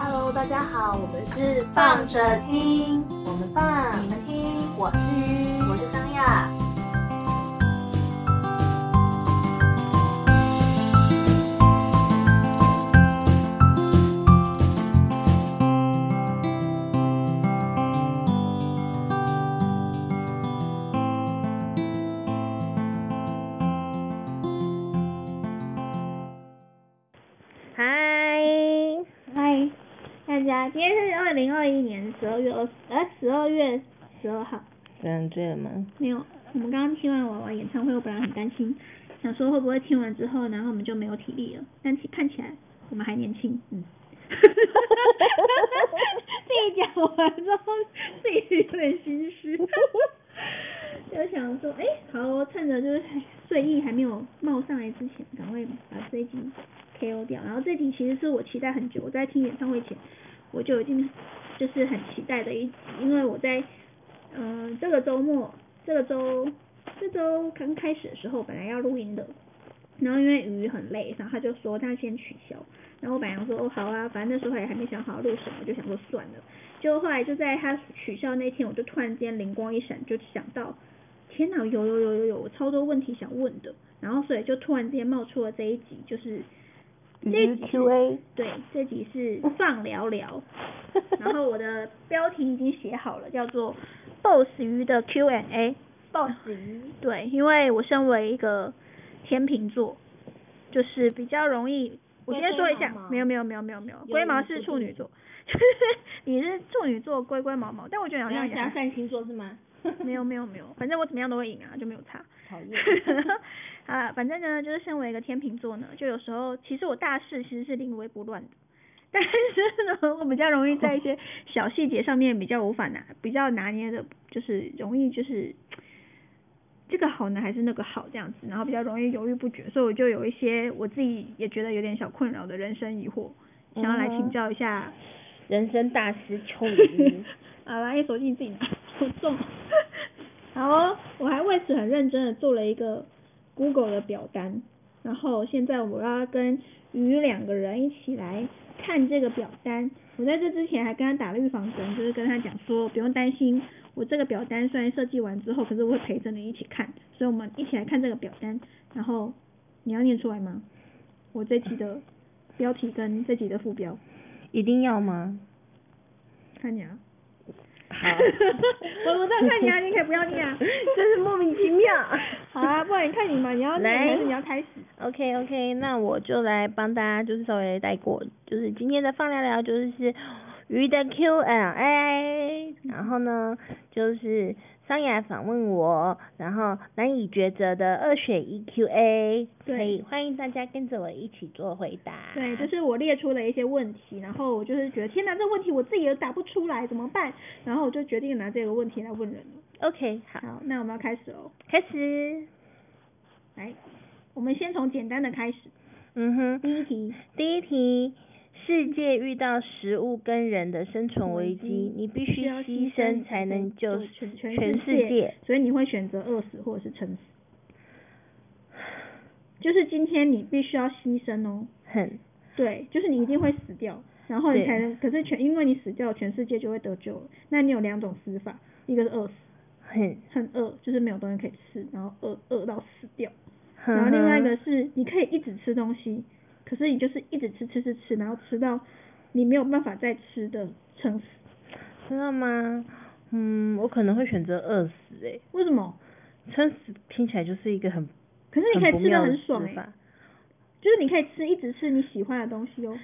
好，我们是放着听，我们放，你你们们听，我是鱼，我是张亚。嗨，嗨，大家，今天是二零二一年十二月二呃十二月十二号，这样醉了吗？没有，我们刚刚听完娃娃演唱会，我本来很担心，想说会不会听完之后，然后我们就没有体力了，但其看起来我们还年轻，嗯。 自己讲完之后，自己有点心虚， 就想说，哎、好，趁着就是睡意还没有冒上来之前，赶快把这一集 KO 掉。然后这集其实是我期待很久，我在听演唱会前我就已经就是很期待的一集，因为我在嗯、这个周末，这个周这周刚开始的时候本来要录音的，然后因为鱼很累，然后他就说他先取消。然后我本来想说哦好啊，反正那时候也还没想好录什么，就想说算了。结果后来就在他取消那天，我就突然间灵光一闪，就想到天哪，有有有有有，我超多问题想问的。然后所以就突然间冒出了这一集，就是这一集是 A，对，这集是放 聊聊。然后我的标题已经写好了，叫做 “Boss 鱼的 Q&A”。 boss 鱼， 对，因为我身为一个天秤座，就是比较容易。我龟先说一龟下毛毛，没有没有没有没有没有，有龟毛你是不处是女座，就是 你是处女座龟龟毛毛，但我觉得好你要像也想还算星座是吗？ 没有没有没有，反正我怎么样都会赢啊，就没有差。讨 啊，反正呢，就是身为一个天秤座呢，就有时候其实我大事其实是临危不乱的，但是呢，我比较容易在一些小细节上面比较无法拿，比较拿捏的，就是容易就是这个好呢还是那个好这样子，然后比较容易犹豫不决，所以我就有一些我自己也觉得有点小困扰的人生疑惑，想要来嗯请哼教一下嗯人生大师秋雨， 好啦，一手机你自己拿，好 重。然后哦我还为此很认真的做了一个 Google 的表单，然后现在我要跟鱼两个人一起来看这个表单。我在这之前还跟他打了预防针，就是跟他讲说不用担心，我这个表单虽然设计完之后，可是我会陪着你一起看，所以我们一起来看这个表单。然后你要念出来吗？我这集的标题跟这集的副标，一定 要吗？看你啊。好 我我在看你 啊，你可以不要念啊。真是莫名其妙。好啊，不然你看你嘛，你 要念来还是你要开始？ OK OK，那我就来帮大家就是稍微带过，就是今天的放聊聊就是是鱼的 Q&A，然后呢就是桑雅访问我，然后难以抉择的二选一 Q&A，对所以欢迎大家跟着我一起做回答。对，就是我列出了一些问题，然后我就是觉得天哪，这问题我自己也答不出来，怎么办？然后我就决定拿这个问题来问人了。 OK，好，好，那我们要开始哦。开始。来，我们先从简单的开始。嗯哼，第一题，第一题，世界遇到食物跟人的生存危机，你必须要牺牲才能救全全世世界。所以你会选择饿死或者是撑死。就是今天你必须要牺牲哦。哼，对，就是你一定会死掉，然后你对才能，可是全因为你死掉，全世界就会得救了。那你有两种死法，一个是饿死，哼，很饿，就是没有东西可以吃，然后饿饿到死掉。哼然后另外一个是你可以一直吃东西，可是你就是一直吃吃吃吃，然后吃到你没有办法再吃的撑死。知道吗？嗯，我可能会选择饿死诶、为什么？撑死听起来就是一个很可是你可不以吃的妙的很爽死哎、法就是你可以吃一直吃你喜欢的东西哦。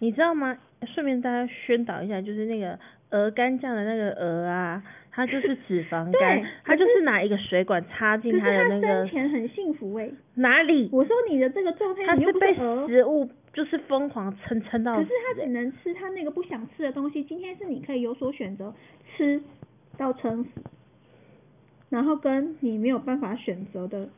你知道吗？顺便大家宣导一下，就是那个鹅肝酱的那个鹅啊，它就是脂肪肝对，它就可是是拿一个水管插可进是它的那他生个前很幸福哎、哪里？我说你的这个状态，它你又是不被鹅食物就是疯狂撑撑到可死是他只能吃他那个不想吃的东西。今天是你可以有所选择，吃到撑死，然后跟你没有办法选择的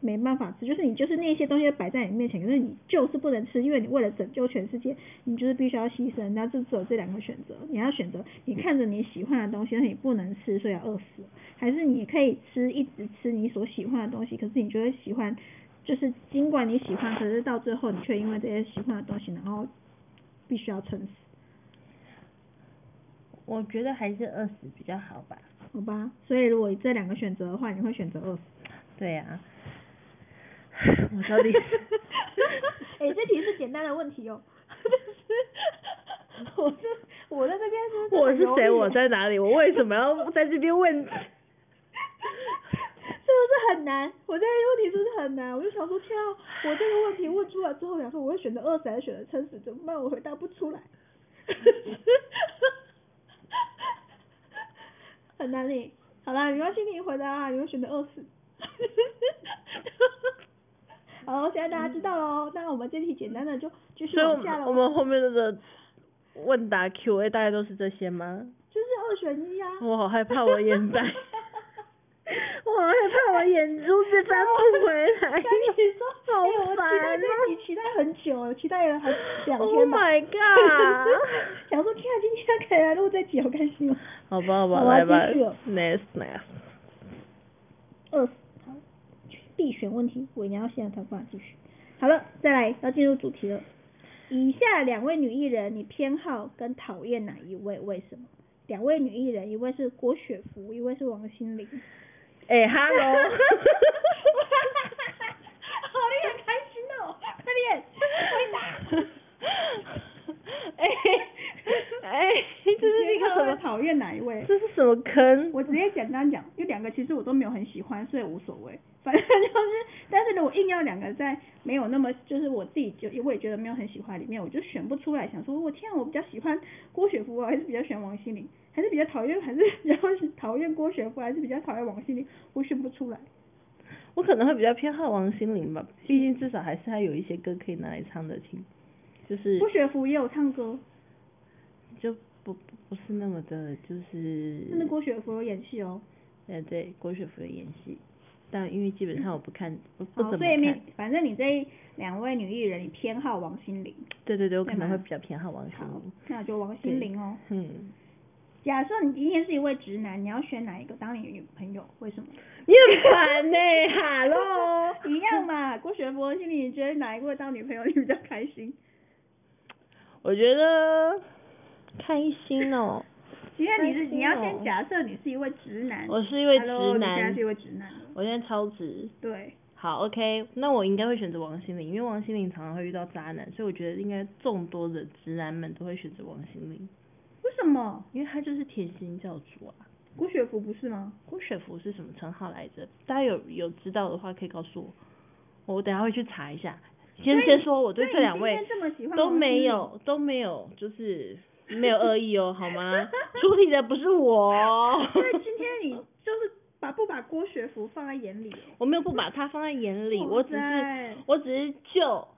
没办法吃，就是你就是那些东西摆在你面前，可是你就是不能吃，因为你为了拯救全世界，你就是必须要牺牲。那就只有这两个选择，你要选择你看着你喜欢的东西，但是你不能吃，所以要饿死，还是你可以吃一直吃你所喜欢的东西，可是你就会喜欢。就是尽管你喜欢，可是到最后你却因为这些喜欢的东西，然后必须要撑死。我觉得还是二十比较好吧。好吧，所以如果这两个选择的话，你会选择二 十。对呀、啊，我到 底是哎、这题是简单的问题 哦。我是我在这边是我是谁？我在哪里？我为什么要在这 边问？是不是很难？我这个问题是不是很难？我就想说，天啊，我这个问题问出来之后，我想说我会选择二十还是选择撑死？怎么办？我回答不出来。 很难呢。好啦，没关系，你回答啊，你会选择二十。 好，现在大家知道喽。那我们这题简单的就继续所以我往下们了。我们后面的问答 Q&A 大概都是这些吗？就是二选一啊。我好害怕我眼 袋，我好害怕我眼珠子翻不回来。 跟你说，好哎我期待烦这集期待很久了，期待了很两 Oh 天吧。 my god！想说天啊，今天可以来录这集，好开心哦。好吧，好吧，好吧来吧继续哦，next next。二十，好，必选问题，我一定要现在才有办法继续。好了，再来要进入主题了。以下两位女艺人，你偏好跟讨厌哪一位？为什么？两位女艺人，一位是郭雪芙，一位是王心凌。哎、哈 h e l 好 l o 你很开心哦，快点回答。 哎哎，这是一个什么？讨厌哪一位？这是什么坑？我直接简单讲，有两个其实我都没有很喜欢，所以无所谓。反正就是，但是如果硬要两个在没有那么，就是我自己就我也觉得没有很喜欢里面，我就选不出来，想说我天、啊，我比较喜欢郭雪芙啊，还是比较喜欢王心凌，还是比较讨厌，还是比较讨厌郭雪芙，还是比较讨厌王心凌，我选不出来。我可能会比较偏好王心凌吧，毕竟至少还是她有一些歌可以拿来唱着听，就是郭雪芙也有唱歌，就不不不是那么的，就是但是郭雪芙有演戏哦，呃对郭雪芙的演戏，但因为基本上我不看，不不好，怎么所以看你，反正你这两位女艺人，你偏好王心凌，对对对，我可对能吗会比较偏好王心好凌，，那就王心凌哦。嗯，假设你今天是一位直男，你要选哪一个当你女朋友？为什么？你很烦呢、哎哈喽， 一样嘛，郭学博心里你觉得哪一位当女朋友你比较开心？哦我觉得看一心 哦，其实你是你要开心哦先假设你是一位直男，我是一位 Hello，直你现在男是一，位直男，我现在超直，对，好，OK，那我应该会选择王心凌，因为王心凌常常会遇到渣男，所以我觉得应该众多的直男们都会选择王心凌，为什么？因为她就是甜心教主啊。郭学博不是吗？郭雪芙是什么称号来着？大家有有知道的话可以告诉我，我等下会去查一下。先所以先说，我对所以这你两今位天这么喜欢 都王心没凌有都没有，就是没有恶意哦，好 吗？出题的不 是 我，哦所以今天你就是把不把郭学福放在眼里哦？我没有不把他放在眼哦里，我只是是我只是就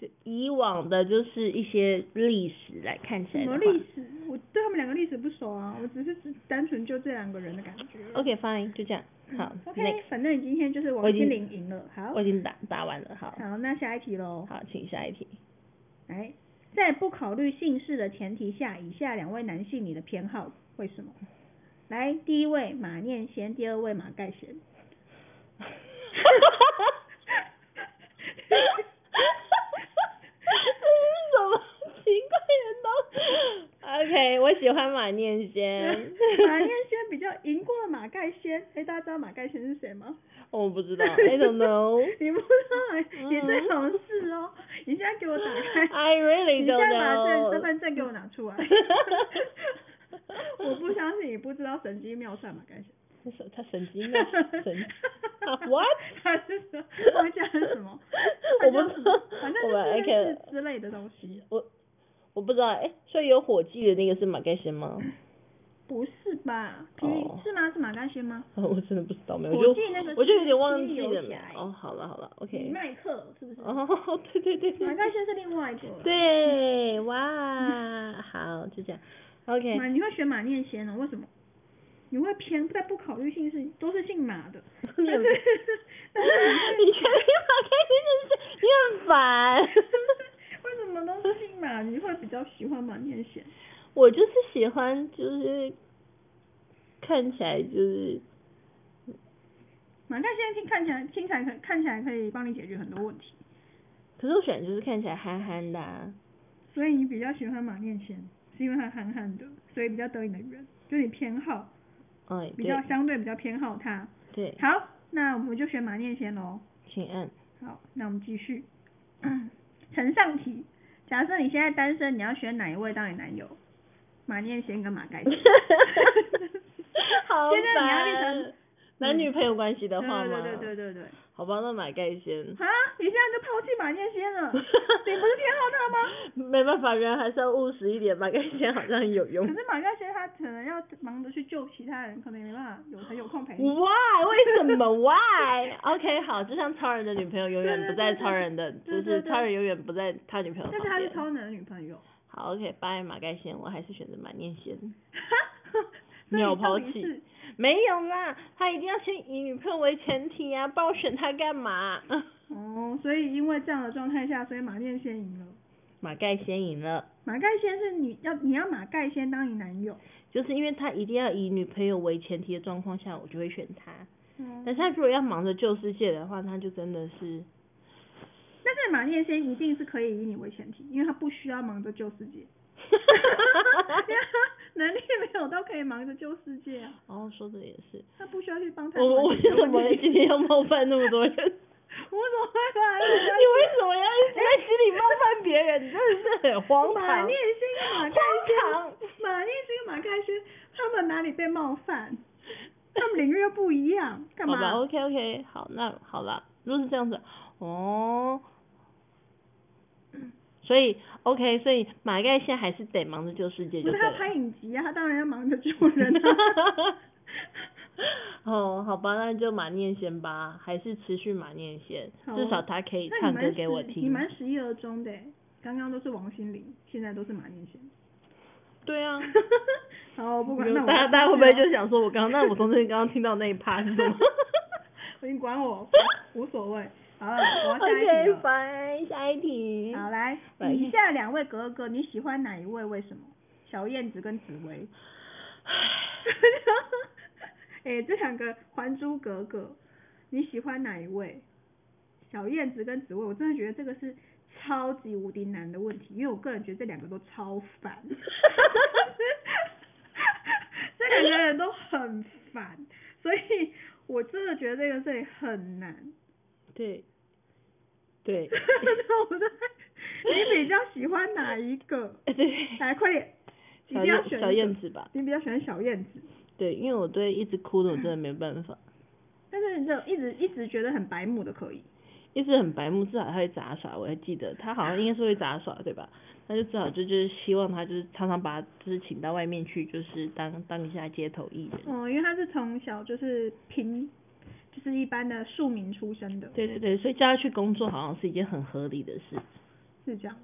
就以往的就是一些历史来看起什来的么话。历史？我对他们两个历史不熟啊，我只是只单纯就这两个人的感觉。 OK fine，就这样。好嗯 OK， ，next，反正你今天就是我王已经心凌赢了，好我，已经答答完了，好，好，那下一题喽。好，请 下一题。来，在不考虑姓氏的前提下，以下两位男性你的偏好为什么？来，第一位马念先，第二位马盖 先。这是什么奇怪的东？OK，我喜欢马念先。马念先比较赢过了马盖先。哎、大家知道马盖先是谁吗？ 我不知道，I don't know。 嗯你不知道、哎，你最好是哦。你现在给我打开， I really 你现 don't 在把证 know。身份证给我拿 出来。我不相信你不知道神机妙算马盖先。他神他神经啊，神啊 what？ 他是说我讲什么？ 我不知道反正就是类我们 OK 似之类的东西。我不知道，哎、所以有火计的那个是马盖先吗？不是吧？皮哦是吗？是马甘先吗？啊我真的不知道，没有，我我记就得那个我就有点霹忘雳记游了侠。哦，好了好了李，OK。麦克是不是？哦，对对对对马甘先是另外一个。。对，哇，好，就这样，OK。马，你会选马念先呢？为什么？你会偏在不考虑姓氏，都是姓马 的。你但很是但是 你确定马开心就是你很烦。 为什么都是姓马？你会比较喜欢马念先？我就是喜欢，就是看起来就是马甘先听看起来听起来可看起来可以帮你解决很多问题，可是我选就是看起来憨憨的、啊，所以你比较喜欢马念先。是因为他憨憨的，所以比较得你的人，就是你偏好，哎，比较对相对比较偏好他。对，好，那我们就选马念先喽。请 按。好，那我们继续。 呈上题，假设你现在单身，你要选哪一位当你男友？马念先跟马盖先。好现在你要变烦成男女朋友关系的对话嗯吗？对对对对对。好吧，那买盖先。啊！ 你现在就抛弃马念先了？你不是偏好他吗？ 没办法，人还是要务实一点，买盖先好像有可用。是马盖先他可能要忙着去救其他人，可能也没办法有才有空陪你。 Why？为什 么 Why？OK，、好，就像超人的女朋友永远不对对在对对超人的，对对就是对超人永远不在他女朋友但旁是他是边。超能的女朋 友。好，OK，拜马盖先，我还是选择马念先。哈，秒抛弃 所以到底是没有啦，他一定要先以女朋友为前提啊，帮我选他 干嘛？哦，所以因为这样的状态下，所以马念先赢了。马盖先赢了，马盖先是你要你要马盖先当你男友，就是因为他一定要以女朋友为前提的状况下，我就会选他。嗯但是他如果要忙着救世界的话，他就真的 是 但是马念先一定是可以以你为前提，因为他不需要忙着救世界， 因为他能力没有到可以忙着救世界啊，哦，说的也是。他不需要去帮他。我为什么我今天要冒犯那么多人？你无所谓 吧，为什么要一直 在心里冒犯别人？你真的是很荒马唐念，先跟马盖先，荒唐。马念先跟马盖先，他们哪里被冒犯？他们领域又不一样，干好吧嘛？ ，OK OK，好，那好啦，如果是这样子，哦，所以 OK，所以马盖现在还是得忙着救世界不就是对他 了。拍影集啊，他当然要忙着救人啊。哦，好吧，那就马念先吧，还是持续马念先，好啊至少 他可以那唱你歌蛮给我十你听。啊蛮十一而终的欸，刚刚都是王心凌，现在都是马念先。对啊， 好，我不管，没有那我啊大家大家会 不会就想？想说我刚刚那我中间刚刚听到那一趴是什么你管我，无所谓。好了，我要下一 题？OK，了。拜，下一题。好，来，嗯来以下两位格格，你喜欢哪一位？为什么？小燕子跟紫薇。哎、这两个《还珠格格》，你喜欢哪一位？小燕子跟紫薇，我真的觉得这个是超级无敌难的问题，因为我个人觉得这两个都超烦，这两个人都很烦，所以我真的觉得这个这里很难。 对，对， 那我在，你比较喜欢哪一个？对，来，快点，一小定要燕选一小个燕子吧。你比较喜欢小燕子，对，因为我对一直哭的我真的没办法，但是这种一直一直觉得很白目的可以。一直很白目，至少他会杂耍，我还记得他好像应该是会杂耍对吧？那就至少就就是希望他就是常常把他就是请到外面去，就是当当一下街头艺人。哦，因为他是从小就是平，就是一般的庶民出身的，对对对，所以叫他去工作好像是一件很合理的事，是这样，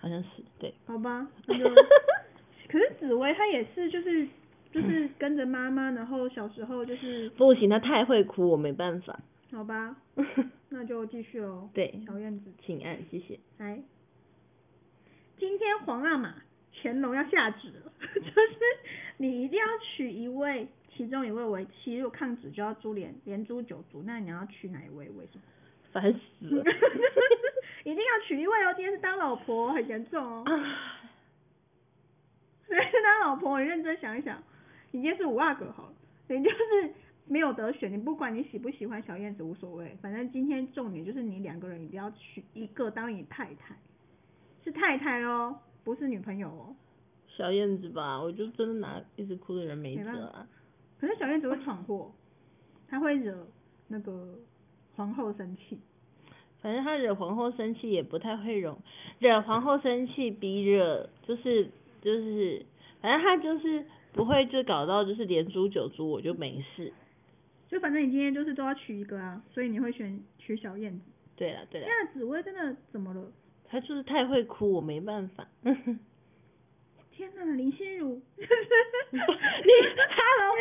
好像是对。好吧？那 就可是紫薇她也是就是就是跟着妈妈，然后小时候就是不行，他太会哭，我没办法。 好吧，那就继续哦。对，小燕子请按，谢谢。来，今天皇阿玛乾隆要下旨了， 就是你一定要娶一位，其中一位为妻，如果抗旨就要株连连诛九族，那你要娶哪一位？为什么？烦死了。一定要娶一位哦，今天是当老婆，很严重哦。 当老婆，你认真想一想，你今天是五阿哥好了，你就是没有得选，你不管你喜不喜欢小燕子无所谓，反正今天重点就是你两个人一定要娶一个当你太太，是太太哦，不是女朋友哦。小燕子吧，我就真的拿一直哭的人没辙啊。可是小燕子会闯祸，她会惹那个皇后生气。反正他惹皇后生气也不太会惹，惹皇后生气比惹就是就是，反正他就是不会就搞到就是连诛九族，我就没事。就反正你今天就是都要娶一个啊，所以你会选娶小燕子。对了对了，那紫薇真的怎么了？他就是太会哭，我没办法。 你天哪，林心如， ，Hello，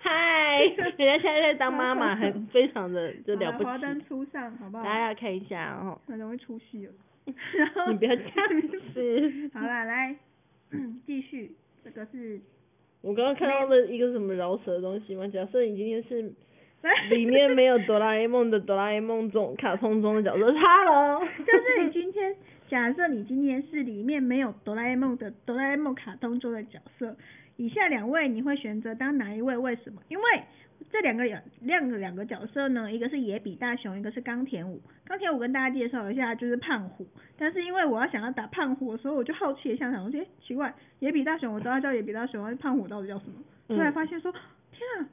嗨，人家现在在当妈妈，还非常的就了不好啦华起。灯初上，好不大好？家要看一下哦， 很容易出戏了。 然后 你不要这样子。 好啦，来 继续，这个是我刚刚看到了一个什么饶舌的东西吗？假设你今天是来里面没有哆啦 A 梦的哆啦哦 A 梦中卡通中的角色，Hello，就是你今天，假设你今天是里面没有哆啦 A 梦的哆啦 A 梦卡通中的角色，以下两位你会选择当哪一位？为什么？因为这两个两两个两个角色呢，一个是野比大雄，一个是钢铁武。钢铁武跟大家介绍一下，就是胖虎。但是因为我要想要打胖虎的时候，我就好奇一下，想说，诶，奇怪，野比大雄我知道他叫野比大雄，但是胖虎到底叫什么？后来嗯发现说，天啊！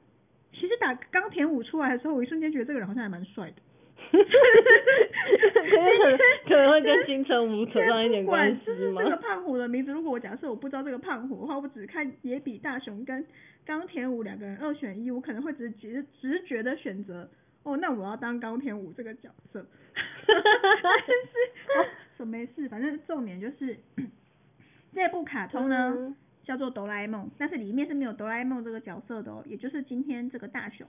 其实打钢铁武出来的时候，我一瞬间觉得这个人好像还蛮帅的。可能可能会跟金城武扯上一点关系就是吗这个胖虎的名字，如果我假设我不知道这个胖虎的话，我只看野比大雄跟钢铁武两个人二选一，我可能会直觉直觉的选择，哦， 那我要当钢铁武这个角色。 但是、哦、什么没事，反正重点就是 这部卡通呢。嗯叫做哆啦 A 梦，但是里面是没有哆啦 A 梦这个角色的哦，也就是今天这个大雄，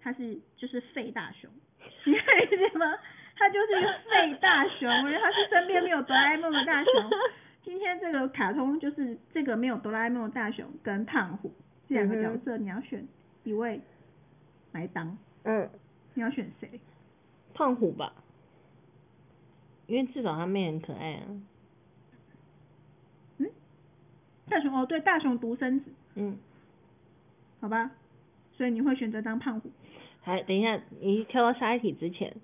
他是就是废大雄，你看理解吗？他就是一个废大雄，因为他是身边没有哆啦 A 梦的大雄。今天这个卡通就是这个没有哆啦 A 梦的大雄跟胖虎这两个角色，你要选一位来当，嗯，你要选谁？胖虎吧，因为至少他妹很可爱啊。嗯大雄哦，对，大雄独生子，嗯，好吧，所以你会选择当胖虎。还等一下，你跳到下一题之前，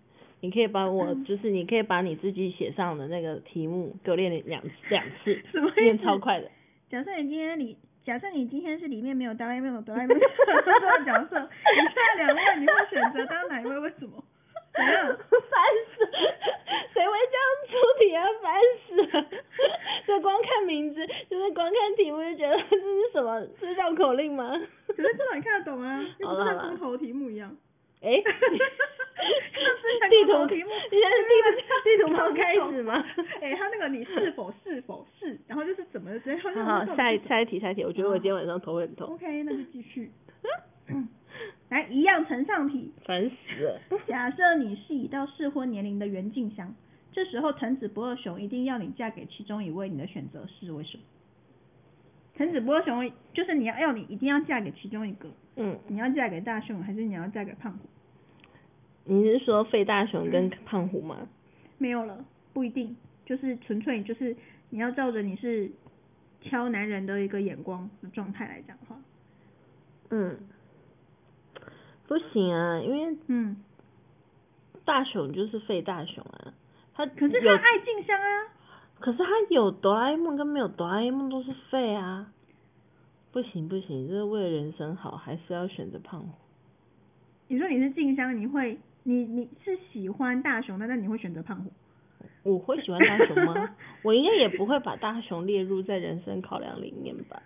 你可以把我、 嗯就是你可以把你自己写上的那个题目给我练两两次什么意，思练超快的。假设你今天里，假设你今天是里面没有哆啦 A 梦有哆啦 A 梦的角色，以下两位你会选择当哪一位？为什么？ 怎样？烦死了！谁会这样出题啊？烦死 了！就光看名字，就是光看题目就觉得这是什么？这是绕口令吗？可是至少你看得懂啊，又好不了是好像了公投题目一样。哎、像之前地公投图题目，你现在是地图地图包炮开始吗？哎、他那个你是否是否是，然后就是怎么怎样。好好，下一下一题下一题，我觉得我好今天晚上头会很痛， OK，那就继续。来，一样呈上题。烦 死了。假设你是已到适婚年龄的袁静香，这时候藤子不二雄一定要你嫁给其中一位，你的选择是为什么？藤子不二雄就是你要要你一定要嫁给其中一个，嗯，你要嫁给大雄还是你要嫁给胖虎？你是说费大雄跟胖虎吗？没有了，不一定，就是纯粹就是你要照着你是挑男人的一个眼光的状态来讲话。嗯，不行啊，因为嗯，大雄就是费大雄啊，他可是他有爱静香啊，可是他有哆啦 A 梦跟没有哆啦 A 梦都是废啊！不行不行，这是为了人生好，还是要选择胖虎。你说你是静香，你会你你是喜欢大雄的，那你会选择胖虎？我会喜欢大雄吗？ 我应该也不会把大雄列入在人生考量里面吧？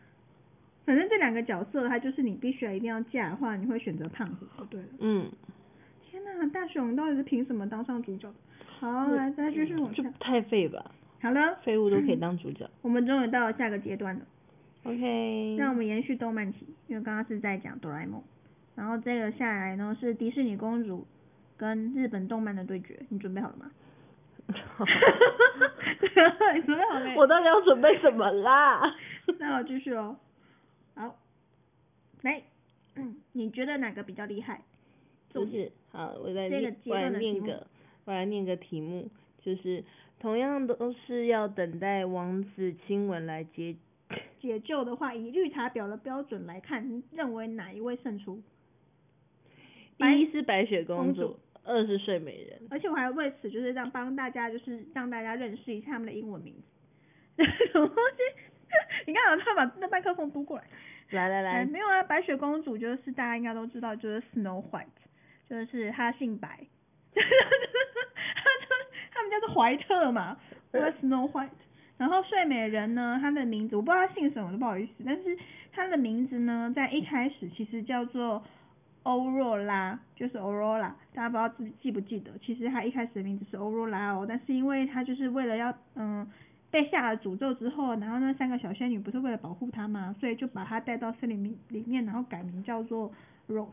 反正这两个角色，它就是你必须要一定要嫁的话，你会选择胖虎就对了。嗯，天哪，大雄到底是凭什么当上主角？好，来再继续往就下。太废吧，好了，废物都可以当主角。我们终于到了下个阶段了。 OK，那我 们延续动漫题，因为刚刚是在讲哆啦 A 梦，然后这个下来呢是迪士尼公主跟日本动漫的对决，你准备好了吗？啊你准备好了没？我到底要准备什么啦？ 那我继续哦。好，来，嗯你觉得哪个比较厉害？不是，好，我再嗯这个念，阶我来段的题念目个，我来念个题目，就是同样都是要等待王子亲吻来结解救的话，以绿茶婊的标准来看，你认为哪一位胜出？白一是白雪公公主主，二是睡美人。而且我还为此就是让帮大家就是让大家认识一下他们的英文名字。 什么东西？ 你看，他把那麦克风嘟过来。来来哎来，没有啊，白雪公主就是大家应该都知道，就是 Snow White，就是她姓白， 她就他们叫做怀特嘛，叫 Snow White。然后睡美人呢，她的名字我不知道她姓什么，都不好意思，但是她的名字呢，在一开始其实叫做欧若拉，就是 Aurora，大家不知道记记不记得？其实她一开始的名字是欧若拉哦，但是因为她就是为了要嗯。被下了诅咒之后，然后那三个小仙女不是为了保护她嘛，所以就把她带到森林里里面，然后改名叫做 Rose。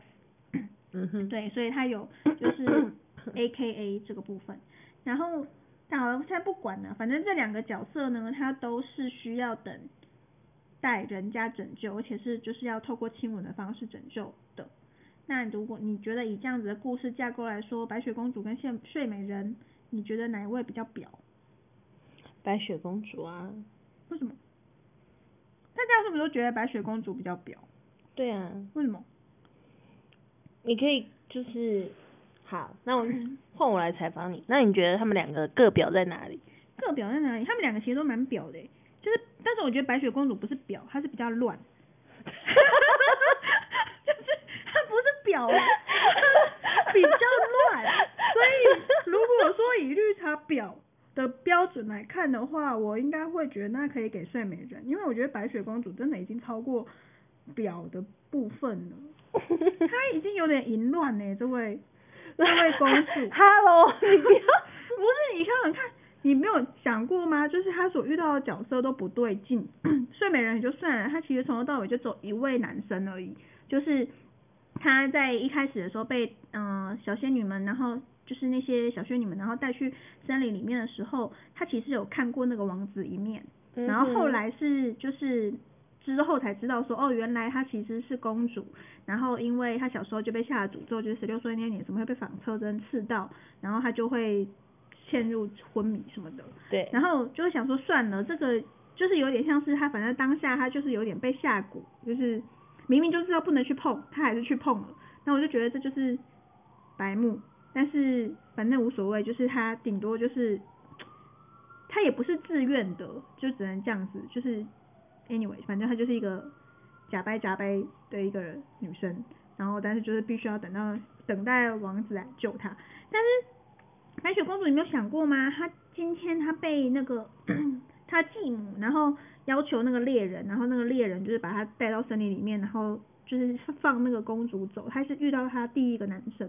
嗯哼，对，所以她 有就是 A K A 这个部分。然后，但好像现在不管了，反正这两个角色呢，她都是需要等待人家拯救，而且是就是要透过亲吻的方式拯救的。那如果你觉得以这样子的故事架构来说，白雪公主跟现睡美人，你觉得哪一位比较婊？白雪公主啊。为什么？大家是不是都觉得白雪公主比较婊？对啊，为什么？你可以就是好， 那我换我来采访你。那你觉得他们两个各表在哪里？个表在哪里？他们两个其实都蛮表的欸、就是，但是我觉得白雪公主不是表，她是比较乱， 就是她不是表， 比较乱。所 以如果说以绿茶婊的标准来看的话，我应该会觉得那可以给睡美人，因为我觉得白雪公主真的已经超过表的部分了，她已经有点淫乱呢、这位这位公主。 ，Hello，你不要不是，你看，你看，你没有想过吗？就是他所遇到的角色都不对劲。 睡美人也就算了，他其实从头到尾就只有一位男生而已。就是他在一开始的时候被嗯、呃小仙女们，然后就是那些小仙女们，然后带去森林里面的时候，他其实有看过那个王子一面。然嗯后后来是就是之后才知道说，哦，原来她其实是公主，然后因为她小时候就被下了诅咒，就是十六岁那年怎么会被纺车针刺到，然后她就会陷入昏迷什么的，对，然后就会想说算了，这个就是有点像是她，反正当下她就是有点被下蛊，就是明明就知道不能去碰，她还是去碰了，那我就觉得这就是白目，但是反正无所谓，就是她顶多就是他也不是自愿的，就只能这样子，就是 anyway，反正她就是一个假掰假掰的一个女生，然后但是就是必须要等到等待王子来救她。但是白雪公主，你没有想过吗？她今天她被那个 她继母，然后要求那个猎人，然后那个猎人就是把她带到森林里面，然后就是放那个公主走。她是遇到她第一个男生，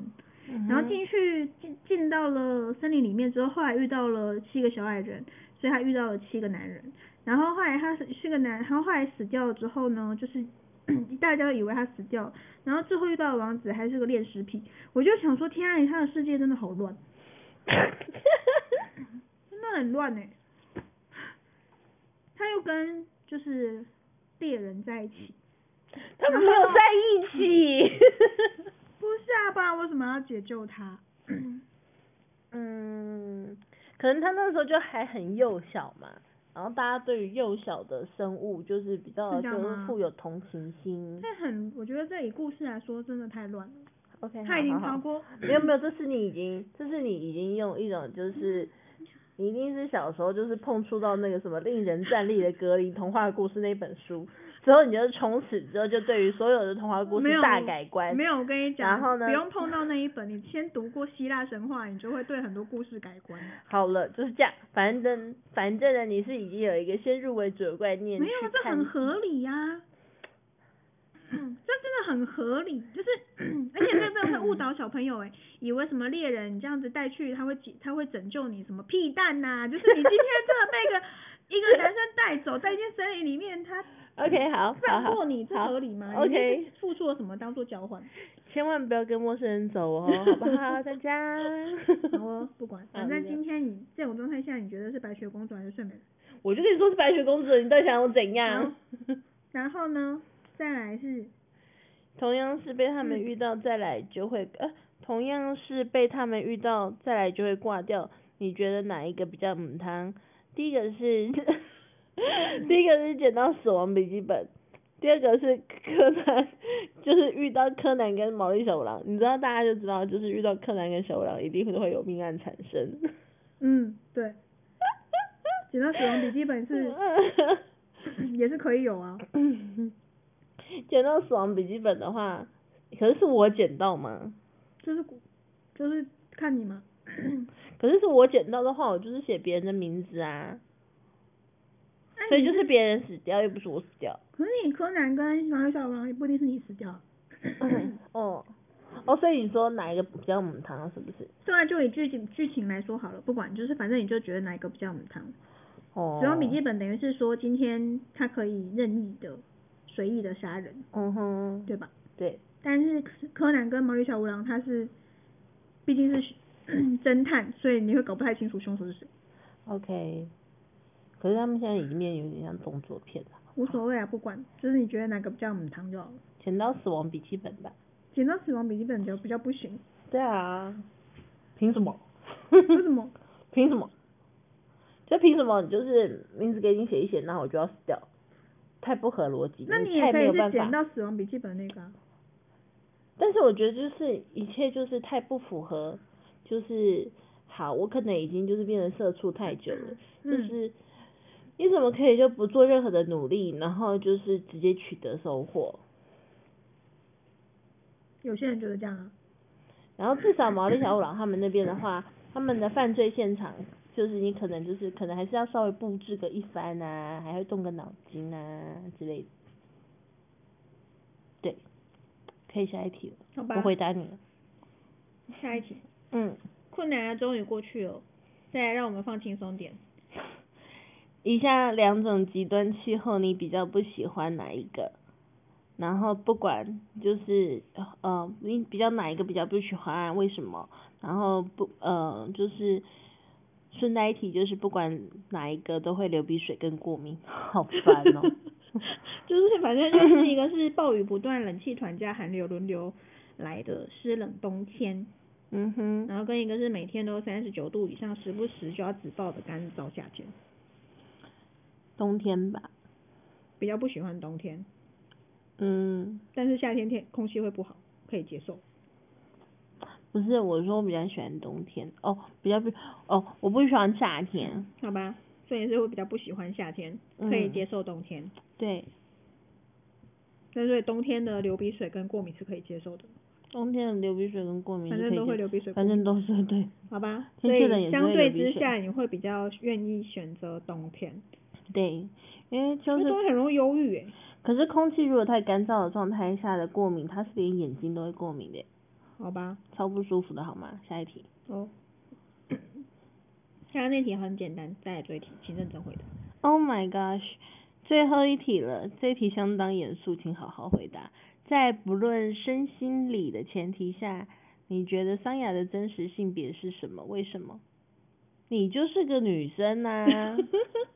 然嗯后进去进进到了森林里面之后，后来遇到了七个小矮人，所以他遇到了七个男人。然后后来他是是个男，然后后来死掉了之后呢，就是 大家都以为他死掉了，然后最后遇到的王子还是个恋尸癖。我就想说，天啊，他的世界真的好乱，真的很乱呢、欸他又跟就是猎人在一起，他们没有在一起。 不是啊，不然为什么要解救他？ 嗯，可能他那时候就还很幼小嘛，然后大家对于幼小的生物就是比较是这样就是吗富有同情心。这很，我觉得这以故事来说，真的太乱了。 OK，他已经好好超好过，没有没有，这是你已经，这是你已经用一种就是，你一定是小时候就是碰触到那个什么令人站立的格林童话故事那本书，之后你就是从此之后就对于所有的童话故没事有大改观没。有，我跟你讲，然后呢不用碰到那一本，你先读过希腊神话，你就会对很多故事改观。好了，就是这样，反正反正呢，你是已经有一个先入为主的观念没有，去这看很合理呀、嗯这真的很合理，就是而且那真的会误导小朋友哎、以为什么猎人你这样子带去，他会解他会拯救你什么屁蛋呐、就是你今天真的被一个一个男生带走，带进森林里面，他 OK，好，好放好过你，这好合理吗 OK 你们是付出了什么当做交换？千万不要跟陌生人走哦，好不好，大家？ 好哦，不管，反正好今天你这种状态下，你觉得是白雪公主还是睡美人？我就跟你说是白雪公主，你到底想我怎样？然后呢，再来是同样是被他们嗯遇到，再来就会呃，同样是被他们遇到，再来就会挂掉。你觉得哪一个比较母汤？第一个是， 第一个是捡到死亡笔记本，第二个是柯南，就是遇到柯南跟毛利小五郎，你知道大家就知道，就是遇到柯南跟小五郎一定会有命案产生。嗯，对，捡到死亡笔记本 是也是可以有啊，捡到死亡笔记本的话，可是是我捡到吗？就是就是看你嘛。可是是我捡到的话，我就是写别人的名字啊，那你所以就是，别人死掉，又不是我死掉。哎可是你柯南跟毛小王也不一定是你死掉。 哦，哦，所以你说哪一个比较母汤是不是？ 对啊，就以剧情剧情来说好了，不管就是反正你就觉得哪一个比较母汤。哦，死亡笔记本等于是说今天他可以任意的随意的杀人，嗯哼，对吧？对，但是柯南跟毛利小五郎他是毕竟是 侦探，所以你会搞不太清楚凶手是谁。 ，OK。可是他们现在里面有点像动作片啊，无所谓啊，不管，就是你觉得哪个比较母汤就好了。捡到死亡笔记本吧。剪刀死亡笔记本就比较不行， 对啊，凭什么？ 为什么？凭什么？就凭什么你就是名字给你写一写，然后我就要死掉？太不合逻辑，那你也太可没以有去办捡法。到死亡笔记本那个、啊。但是我觉得就是一切就是太不符合，就是好，我可能已经就是变成社畜太久了，就嗯是你怎么可以就不做任何的努力，然后就是直接取得收获？有些人觉得这样啊，然后至少毛利小五郎他们那边 的话，他们的犯罪现场就是你可能就是可能还是要稍微布置个一番啊，还会动个脑筋啊之类的。对，可以下一题好了，吧。我回答你了。下一题，嗯，困难啊终于过去了，再来让我们放轻松点。以下两种极端气候你比较不喜欢哪一个？然后不管就是呃，你比较哪一个比较不喜欢，为什么？然后不呃，就是顺带一提，就是不管哪一个都会流鼻水跟过敏，好烦 哦。就是反正就是一个是暴雨不断，冷气团加寒流轮流来的湿冷冬天，嗯哼，然后跟一个是每天都三十九度以上，时不时就要直爆的干燥夏天。冬天吧，比较不喜欢冬天，嗯，但是夏天天空气会不好，可以接受。不是，我说我比较喜欢冬天哦，比较不哦，我不喜欢夏天，好吧，所以是会比较不喜欢夏天，可以嗯接受冬天。对，但所以冬天的流鼻水跟过敏是可以接受的，冬天的流鼻水跟过敏反是正嗯可以都会接流鼻水。反正都是对好吧，天所气冷也以是相会对流鼻之水下，你会比较愿意选择冬天，对，因为就因为是冬天很容易忧郁诶。可是空气如果太干燥的状态下的过敏，它是连眼睛都会过敏的，好吧，超不舒服的好吗？下一题，哦。 刚刚那题很简单，再来追题，请认真回答。 Oh my gosh，最后一题了，这题相当严肃，请好好回答。在不论身心理的前提下，你觉得桑雅的真实性别是什么？为什么？你就是个女生啊呐、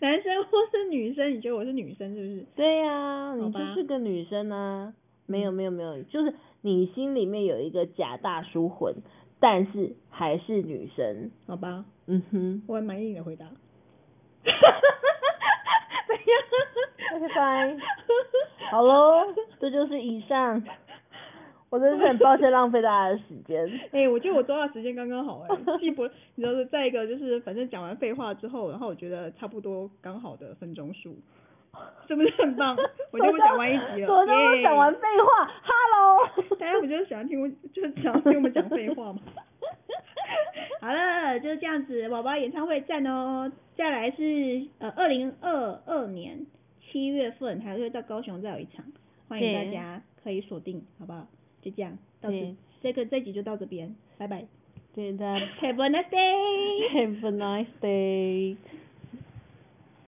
男生或是女生，你觉得我是女生是不是？对呀、你好就吧嗯是个女生啊。没有没有没有，就是你心里面有一个假大叔魂，但是还是女生。好吧，嗯哼。 我很满意你的回答。怎样？拜 拜。好喽，这就是以上。我真是很抱歉浪费大家的时间。哎、我觉得我抓到时间刚刚好 哎、既不，你知道是再一个就是，反正讲完废话之后，然后我觉得差不多刚好的分钟数，是不是很棒？ 我就不讲完一集了，我都耶讲完废话，Hello。 大家不就是喜欢听我，就是想要听我们讲废话吗？好了，就是这样子，宝宝演唱会赞哦。接下来是呃，二零二二年七月份还会到高雄再有一场，欢迎对大家可以锁定，好不好？就这样，到此对这个这集就到这边，拜拜。对的 Have a nice day。 ，Have a nice day。